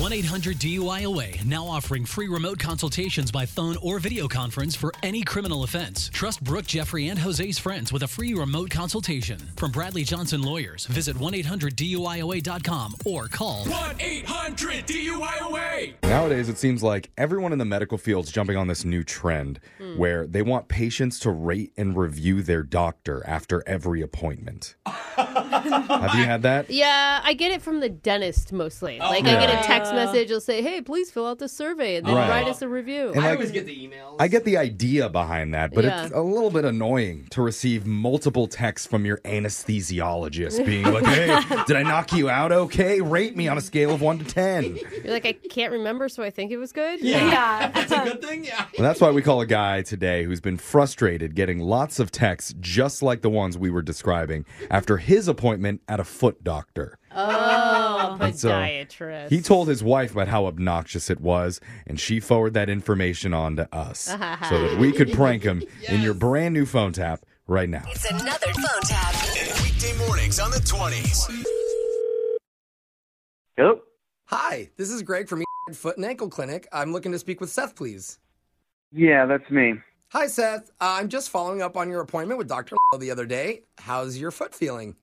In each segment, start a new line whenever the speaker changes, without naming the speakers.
1 800 DUIOA now offering free remote consultations by phone or video conference for any criminal offense. Trust Brooke, Jeffrey, and Jose's friends with a free remote consultation. From Bradley Johnson Lawyers, visit 1 800 DUIOA.com or call
1 800 DUIOA.
Nowadays, it seems like everyone in the medical field is jumping on this new trend
Hmm.
where they want patients to rate and review their doctor after every appointment. Have you had that?
Yeah, I get it from the dentist mostly. like
yeah.
I get a text message, it'll say, "Hey, please fill out this survey and then
Right.
write us a review."
And,
I
like-
always get the emails.
I get the idea behind that, but it's
Yeah.
a little bit annoying to receive multiple texts from your anesthesiologist being like, hey, did I knock you out okay? Rate me on a scale of one to 10.
You're like, I can't remember, so I think it was good.
That's a good thing. Yeah.
Well, that's why we call a guy today who's been frustrated getting lots of texts just like the ones we were describing after his appointment at a foot doctor.
Oh,
so
podiatrist.
uh, He told his wife about how obnoxious it was, and she forwarded that information on to us so that we could prank him in your brand new phone tap right now.
It's another phone tap.
Weekday mornings on the 20s.
Hello?
Hi, this is Greg from E Foot and Ankle Clinic. I'm looking to speak with Seth, please.
Yeah, that's me.
Hi, Seth. Uh, I'm just following up on your appointment with Dr. the other day. How's your foot feeling?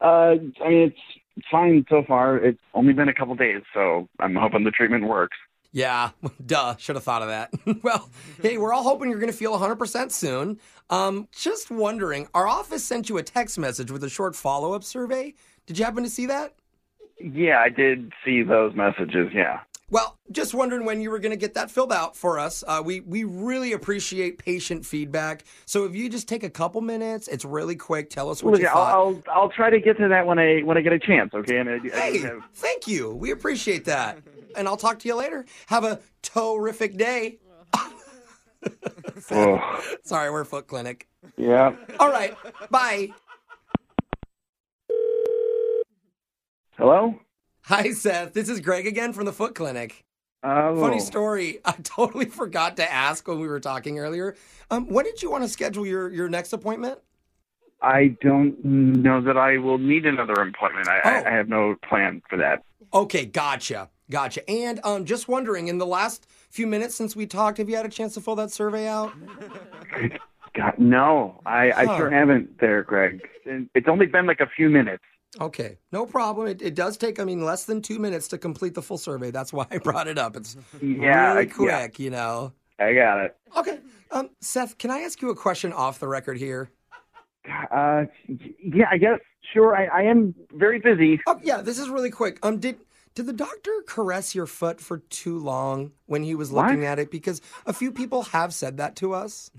Uh, I mean, it's fine so far. It's only been a couple days, so I'm hoping the treatment works.
Yeah, duh, should have thought of that. well, hey, we're all hoping you're going to feel 100% soon. Um, just wondering, our office sent you a text message with a short follow up survey. Did you happen to see that?
Yeah, I did see those messages. Yeah.
Well, just wondering when you were going to get that filled out for us. Uh, we we really appreciate patient feedback. So if you just take a couple minutes, it's really quick. Tell us what
Look,
you
I'll,
thought.
I'll I'll try to get to that when I when I get a chance. Okay. And I, I
hey,
have-
thank you. We appreciate that. And I'll talk to you later. Have a terrific day.
oh,
Sorry, we're Foot Clinic.
yeah.
All right, bye.
Hello.
Hi, Seth. This is Greg again from the Foot Clinic.
Oh.
Funny story. I totally forgot to ask when we were talking earlier. Um, when did you want to schedule your, your next appointment?
I don't know that I will need another appointment. I,
Oh.
I, I have no plan for that.
Okay, gotcha. Gotcha. And um, just wondering, in the last few minutes since we talked, have you had a chance to fill that survey out?
God, no, I,
Huh.
I sure haven't there, Greg. And It's only been like a few minutes.
Okay, no problem. It, it does take, I mean, less than two minutes to complete the full survey. That's why I brought it up. It's
Yeah,
really
I-
quick, you know.
yeah, I got it.
Okay, um, Seth, can I ask you a question off the record here?
Uh, yeah, I guess. Sure, I, I am very busy.
Oh, yeah, this is really quick. Um, did did the doctor caress your foot for too long when he was
What?
looking at it? Because a few people have said that to us.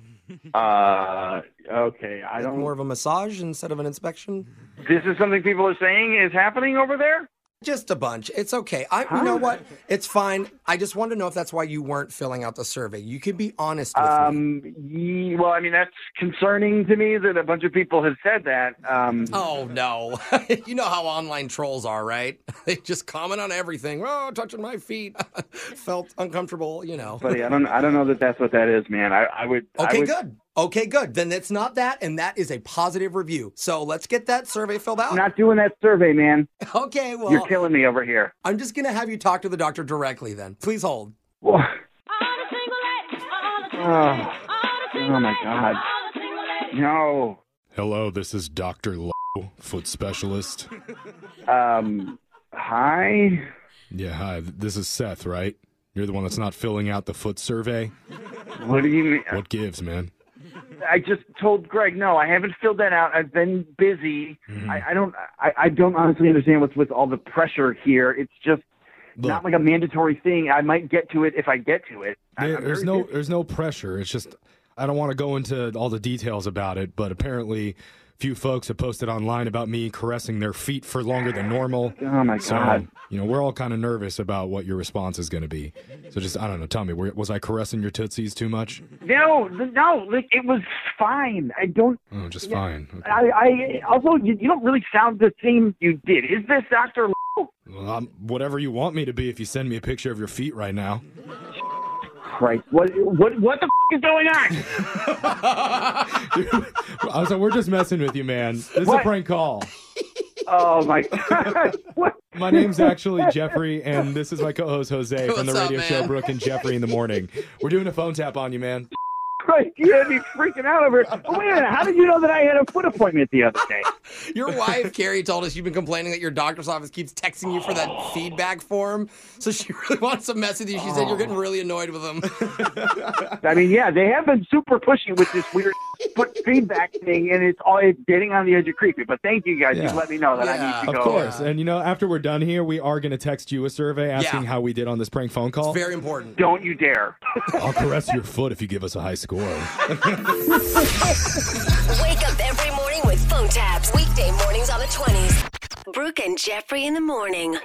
Uh, okay, I
Like
don't.
more of a massage instead of an inspection.
This is something people are saying is happening over there.
Just a bunch. It's okay. I, you know what? It's fine. I just wanted to know if that's why you weren't filling out the survey. You can be honest with me.
Um, ye, well, I mean that's concerning to me that a bunch of people have said that. Um,
Oh no! you know how online trolls are, right? They just comment on everything. Oh, touching my feet, felt uncomfortable. You know.
buddy, I don't, I don't know that that's what that is, man. I, I would. I
Okay,
would,
good. Okay, good. Then it's not that, and that is a positive review. So let's get that survey filled out.
I'm not doing that survey, man.
okay. Well,
You're killing me over here.
I'm just gonna have you talk to the doctor directly. Then please hold.
Whoa.
Oh,
oh my God. No.
Hello, this is Dr. Low, foot specialist.
Um. Hi.
Yeah, hi, th- this is Seth, right? You're the one that's not filling out the foot survey?
What do you mean?
What gives, man?
I just told Greg, no, I haven't filled that out. I've been busy.
Mm-hmm.
I, I don't. I, I don't honestly understand what's with all the pressure here. It's just not
Look.
like a mandatory thing. I might get to it if I get to it. I-
There-
I'm
there's
very
no
busy.
there's no pressure. It's just I don't want to go into all the details about it, but apparently few folks have posted online about me caressing their feet for longer than normal.
Oh my
So,
god.
you know, we're all kind of nervous about what your response is going to be. So just I don't know, tell me, were- was I caressing your tootsies too much?
No, th- no. Like, it was fine. I don't.
Oh, just fine. Okay.
I. I also, you, you don't really sound the same you did. Is this Doctor?
Well, I'm whatever you want me to be if you send me a picture of your feet right now.
Christ. What? What? What the f- is going on?
I was like, we're just messing with you, man. This is a
What?
prank call.
Oh my god! what?
My name's actually Jeffrey, and this is my co-host Jose from the
What's up,
radio show
man?
Brooke and Jeffrey in the morning. We're doing a phone tap on you, man.
Like, you had me freaking out over it. But wait a minute, how did you know that I had a foot appointment the other day?
Your wife, Carrie, told us you've been complaining that your doctor's office keeps texting you for that feedback form. So she really wants to mess with you. She said you're getting really annoyed with them.
I mean, yeah, they have been super pushy with this weird foot feedback thing, and it's all it's getting on the edge of creepy. But thank you guys,
Yeah.
you let me know that
Yeah.
I need to
Of
go. uh,
course. And you know, after we're done here, we are going to text you a survey asking
Yeah.
how we did on this prank phone call.
Very important.
Don't you dare.
I'll caress your foot if you give us a high score.
Wake up every morning with phone taps. Weekday mornings on the 20s. Brooke and Jeffrey in the morning.